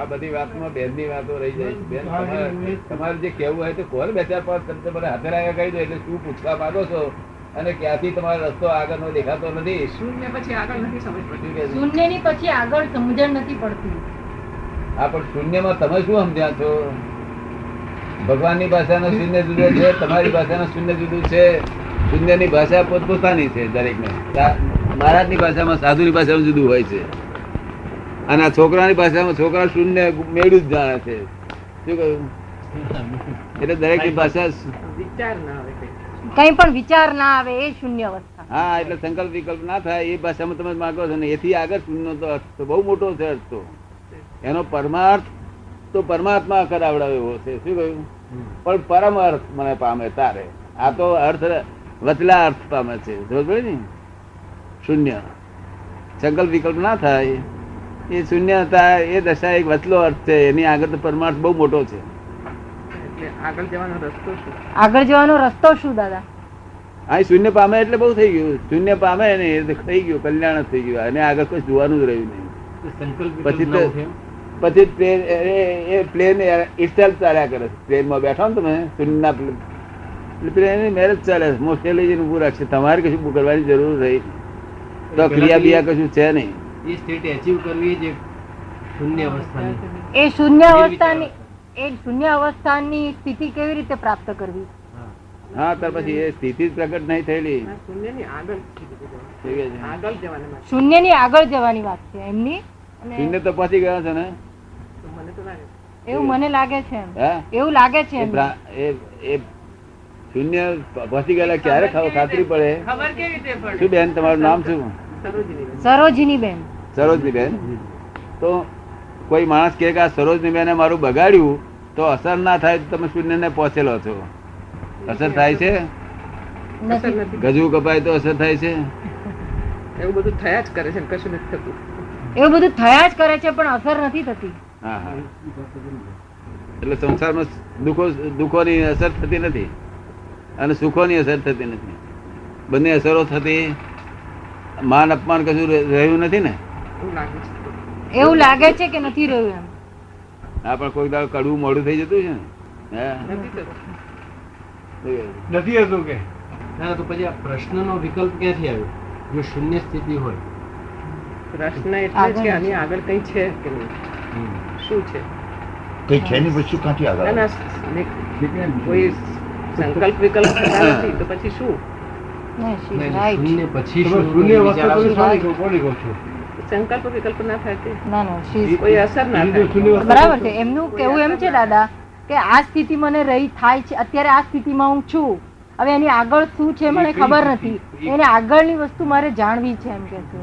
આ બધી વાતમાં બેનની વાતો રહી જાય છે બેન તમારે તમારે જે કહેવું હોય તો કોણ બે ચાર પાંચ તમે તમારે હાથે લાગ્યા કહી દો એટલે શું પૂછવા માંગો છો અને ક્યાંથી તમારો રસ્તો આગળનો દેખાતો નથી શૂન્ય પછી આગળ નથી સમજ પડતી શું કહે છે? શૂન્ય ની પછી આગળ સમજણ નથી પડતી આ પણ શૂન્યમાં તમે શું સમજ્યા છો ભગવાનની ભાષાનો શૂન્ય જુદો છે તમારી ભાષાનો શૂન્ય જુદું છે શૂન્યની ભાષા પોતપોતાની છે દરેકને સા- મહારાજની ભાષામાં સાધુની ભાષામાં જુદું હોય છે અને આ છોકરાની ભાષામાં છોકરા શૂન્ય મેળું જ જાણે છે શું કહ્યું એટલે દરેકની ભાષા વિચાર ના આવે કંઈ. કઈ પણ વિચાર ના આવે એ શૂન્ય અવસ્થા હા એટલે સંકલ્પ વિકલ્પ ના થાય એ ભાષામાં તમે માગો છો ને એથી આગળ શૂન્યનો તો અર્થ તો બહુ મોટો છે અર્થ તો એનો પરમાર્થ તો પરમાત્મા કરાવડાવે એવો છે શું કહ્યું પણ પરમ અર્થ મને પામે તારે આ તો અર્થ વચલા અર્થ પામે છે સમજ પડી ને શૂન્ય સંકલ્પ વિકલ્પ ના થાય એ શૂન્યતા એ દશા એક વચલો અર્થ છે એની આગળ તો પરમાર્થ બહુ મોટો છે એટલે આગળ જવાનો રસ્તો શું આગળ જવાનો રસ્તો શું દાદા આ શૂન્ય પામે એટલે બહુ થઈ ગયું શૂન્ય પામે ને એ તો થઈ ગયું કલ્યાણ જ થઈ ગયું અને આગળ કોઈ જોવાનું જ રહ્યું નહીં પછી તો પછી પ્લેન એ પ્લેન itself ચાલ્યા કરે છે પ્લેનમાં બેઠો ને તમે શૂન્યના પ્લે- એટલે પ્લેન એની marriage ચાલે છે મોક્ષે લઈ જઈને ઊભું રાખશે તમારે કશું ઊભું કરવાની જરૂર રહી તો ક્રિયા બિયા કશું છે નહીં એ સ્ટેટ એચીવ કરવી જે શૂન્ય અવસ્થાની એ શૂન્ય નિર્વિચાર અવસ્થાની એ શૂન્ય અવસ્થાની સ્થિતિ કેવી રીતે પ્રાપ્ત કરવી હા. હા ત્યાર પછી એ સ્થિતિ જ પ્રગટ નહીં થયેલી ના, શૂન્યની આગળ કીધું બધું. કેવી છે? આગળ જવાના માટે શૂન્યની આગળ જવાની વાત છે એમની અને શૂન્ય તો પહોંચી ગયા છે ને તો મને તો લાગે છે. એવું મને લાગે છે એમ. હા એવું લાગે છે એ એમને. ભ્રા- એ એ શૂન્ય પહોંચી ગયેલા ક્યારે ખાવ ખાતરી પડે ખબર કેવી રીતે પડે? શું બેન તમારું નામ શું સરોજીનીબેન. સરોજીની બેન સરોજની બેન તો કોઈ માણસ કહે કે આ સરોજની બેને મારું બગાડ્યું તો અસર ના થાય તો તમે શૂન્યને પહોંચેલો છો અસર થાય છે અસર નથી નથી. ગજુ કપાય તો અસર થાય છે એવું બધું થયા જ કરે છે ને કશું નથી થતું એવું બધું થયા જ કરે છે પણ અસર નથી થતી હા હા એટલે સંસારમાં દુઃખો દુઃખોની અસર થતી નથી અને સુખોની અસર થતી નથી બંને અસરો થતી માન અપમાન કશું રહે- રહ્યું નથી ને એવું લાગે છે એવું લાગે છે કે નથી રહ્યું એમ હા પણ કોઈક દાડો કડવું મોડું થઈ જતું છે ને હા નથી થતું નથી હતું કે ના, તો પછી આ પ્રશ્નનો વિકલ્પ ક્યાંથી આવ્યો જો શૂન્ય સ્થિતિ હોય પ્રશ્ન એટલે જ આગળ કે આની આગળ કંઈ છે કે નહીં શું છે કઈ છે નહીં પછી શું કાંથી ના, આગળ ના, ને કોઈ સંકલ્પ વિકલ્પ થતા નથી તો પછી શું ના, she is ના, એટલે right. શૂન્ય પછી તમે શું શૂન્ય વિચાર વસ્તુ આવશે? તમે સારી કહો, કોની કહો છો? સંકલ્પ વિકલ્પ ના થાય તે ના, ના, she is કોઈ અસર ના બીજું થાય શૂન્ય વસ્તુ બરાબર છે એમનું કેવું એમ છે દાદા કે આ સ્થિતિ મને રહી થાય છે અત્યારે આ સ્થિતિમાં હું છું હવે એની આગળ શું છે મને ખબર નથી એને આગળની વસ્તુ મારે જાણવી છે એમ કે છે